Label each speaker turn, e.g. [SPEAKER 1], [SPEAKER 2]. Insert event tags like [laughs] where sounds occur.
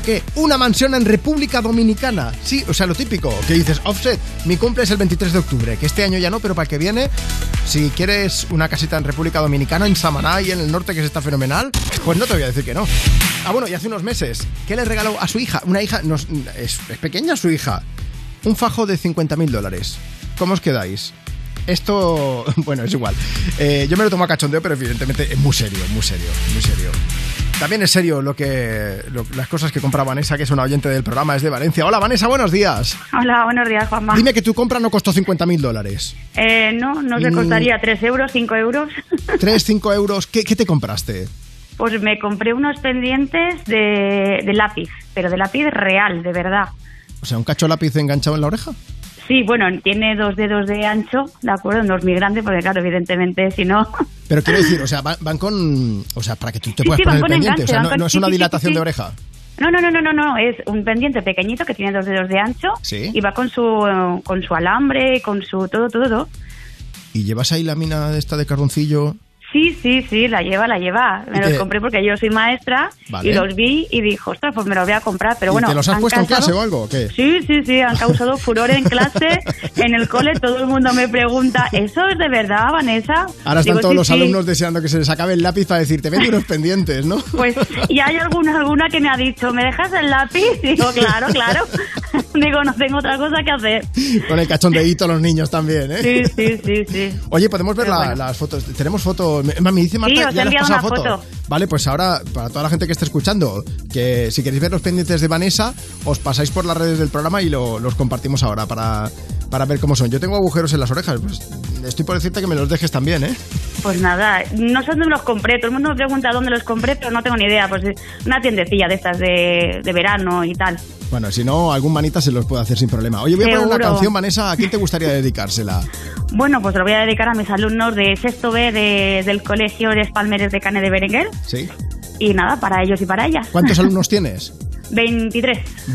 [SPEAKER 1] que una mansión en República Dominicana. Sí, o sea, lo típico, que dices, offset, mi cumple es el 23 de octubre, que este año ya no, pero para el que viene, si quieres una casita en República Dominicana, en Samaná y en el norte, que se está fenomenal, pues no te voy a decir que no. Ah, bueno, y hace unos meses, ¿qué le regaló a su hija? Una hija, no, es, es pequeña su hija, un fajo de 50.000 dólares. ¿Cómo os quedáis? Esto, [laughs] bueno, es igual. Eh, yo me lo tomo a cachondeo, pero evidentemente es muy serio, muy serio, muy serio. También es serio lo que lo- las cosas que compra Vanessa, que es una oyente del programa, es de Valencia. Hola Vanessa, buenos días.
[SPEAKER 2] Hola, buenos días, Juanma.
[SPEAKER 1] Dime que tu compra no costó 50.000 dólares.
[SPEAKER 2] Eh, no, no te
[SPEAKER 1] Mm.
[SPEAKER 2] costaría 3 euros, 5 euros. [laughs]
[SPEAKER 1] 3, 5 euros, ¿qué, qué te compraste?
[SPEAKER 2] Pues me compré unos pendientes de, de lápiz, pero de lápiz real, de verdad.
[SPEAKER 1] O sea, un cacho lápiz enganchado en la oreja.
[SPEAKER 2] Sí, bueno, tiene dos dedos de ancho, ¿de acuerdo? No es muy grande, porque claro, evidentemente, si no... [laughs]
[SPEAKER 1] Pero quiero decir, o sea, van, van con. O sea, para que tú te
[SPEAKER 2] Sí,
[SPEAKER 1] puedas
[SPEAKER 2] sí,
[SPEAKER 1] poner
[SPEAKER 2] van con
[SPEAKER 1] pendiente.
[SPEAKER 2] enganche,
[SPEAKER 1] o sea,
[SPEAKER 2] van
[SPEAKER 1] no,
[SPEAKER 2] con-
[SPEAKER 1] no es
[SPEAKER 2] sí,
[SPEAKER 1] una
[SPEAKER 2] sí, sí,
[SPEAKER 1] dilatación
[SPEAKER 2] sí.
[SPEAKER 1] de oreja.
[SPEAKER 2] No, no, no, no, no, no, es un pendiente pequeñito que tiene dos dedos de ancho
[SPEAKER 1] Sí.
[SPEAKER 2] y va con su, con su alambre, con su todo, todo, todo.
[SPEAKER 1] Y llevas ahí la mina esta de carboncillo.
[SPEAKER 2] Sí, sí, sí, la lleva, la lleva.
[SPEAKER 1] ¿Y
[SPEAKER 2] Me los
[SPEAKER 1] te-
[SPEAKER 2] compré porque yo soy maestra
[SPEAKER 1] Vale.
[SPEAKER 2] y los vi y dije, ostras, pues me los voy a comprar. Pero
[SPEAKER 1] ¿Y
[SPEAKER 2] bueno,
[SPEAKER 1] ¿Te los has
[SPEAKER 2] han
[SPEAKER 1] puesto en clase
[SPEAKER 2] causado-
[SPEAKER 1] o algo? o ¿Qué?
[SPEAKER 2] Sí, sí, sí, han causado furor en clase, en el cole, todo el mundo me pregunta, ¿eso es de verdad, Vanessa?
[SPEAKER 1] Ahora están
[SPEAKER 2] Digo,
[SPEAKER 1] todos
[SPEAKER 2] sí,
[SPEAKER 1] los
[SPEAKER 2] sí.
[SPEAKER 1] alumnos deseando que se les acabe el lápiz para decirte, vende unos pendientes,
[SPEAKER 2] [laughs]
[SPEAKER 1] ¿no?
[SPEAKER 2] Pues, y hay alguna, alguna que me ha dicho, ¿me dejas el lápiz? Digo, claro, claro. [laughs] Digo, no tengo otra cosa que hacer.
[SPEAKER 1] Con el cachondeíto los niños también, ¿eh?
[SPEAKER 2] Sí, sí, sí, sí.
[SPEAKER 1] Oye, podemos ver
[SPEAKER 2] Pero
[SPEAKER 1] la-
[SPEAKER 2] bueno.
[SPEAKER 1] las fotos. Tenemos fotos. Me, me dice Marta,
[SPEAKER 2] Sí, os
[SPEAKER 1] ya
[SPEAKER 2] he
[SPEAKER 1] le has
[SPEAKER 2] enviado
[SPEAKER 1] pasado
[SPEAKER 2] una
[SPEAKER 1] foto.
[SPEAKER 2] foto.
[SPEAKER 1] Vale, pues ahora, para toda la gente que esté escuchando, que si queréis ver los pendientes de Vanessa, os pasáis por las redes del programa y lo- los compartimos ahora para, para ver cómo son. Yo tengo agujeros en las orejas, pues estoy por decirte que me los dejes también, ¿eh?
[SPEAKER 2] Pues nada, no sé dónde los compré. Todo el mundo me pregunta dónde los compré, pero no tengo ni idea. Pues una tiendecilla de estas de, de verano y tal.
[SPEAKER 1] Bueno, si no, algún manita se los puede hacer sin problema. Oye, voy a poner una
[SPEAKER 2] Seguro.
[SPEAKER 1] canción, Vanessa, ¿a quién te gustaría dedicársela?
[SPEAKER 2] Bueno, pues lo voy a dedicar a mis alumnos de sexto B de- del colegio de Palmeres de Cane de Berenguer.
[SPEAKER 1] ¿Sí?
[SPEAKER 2] Y nada, para ellos y para ellas.
[SPEAKER 1] ¿Cuántos alumnos tienes?
[SPEAKER 2] 23.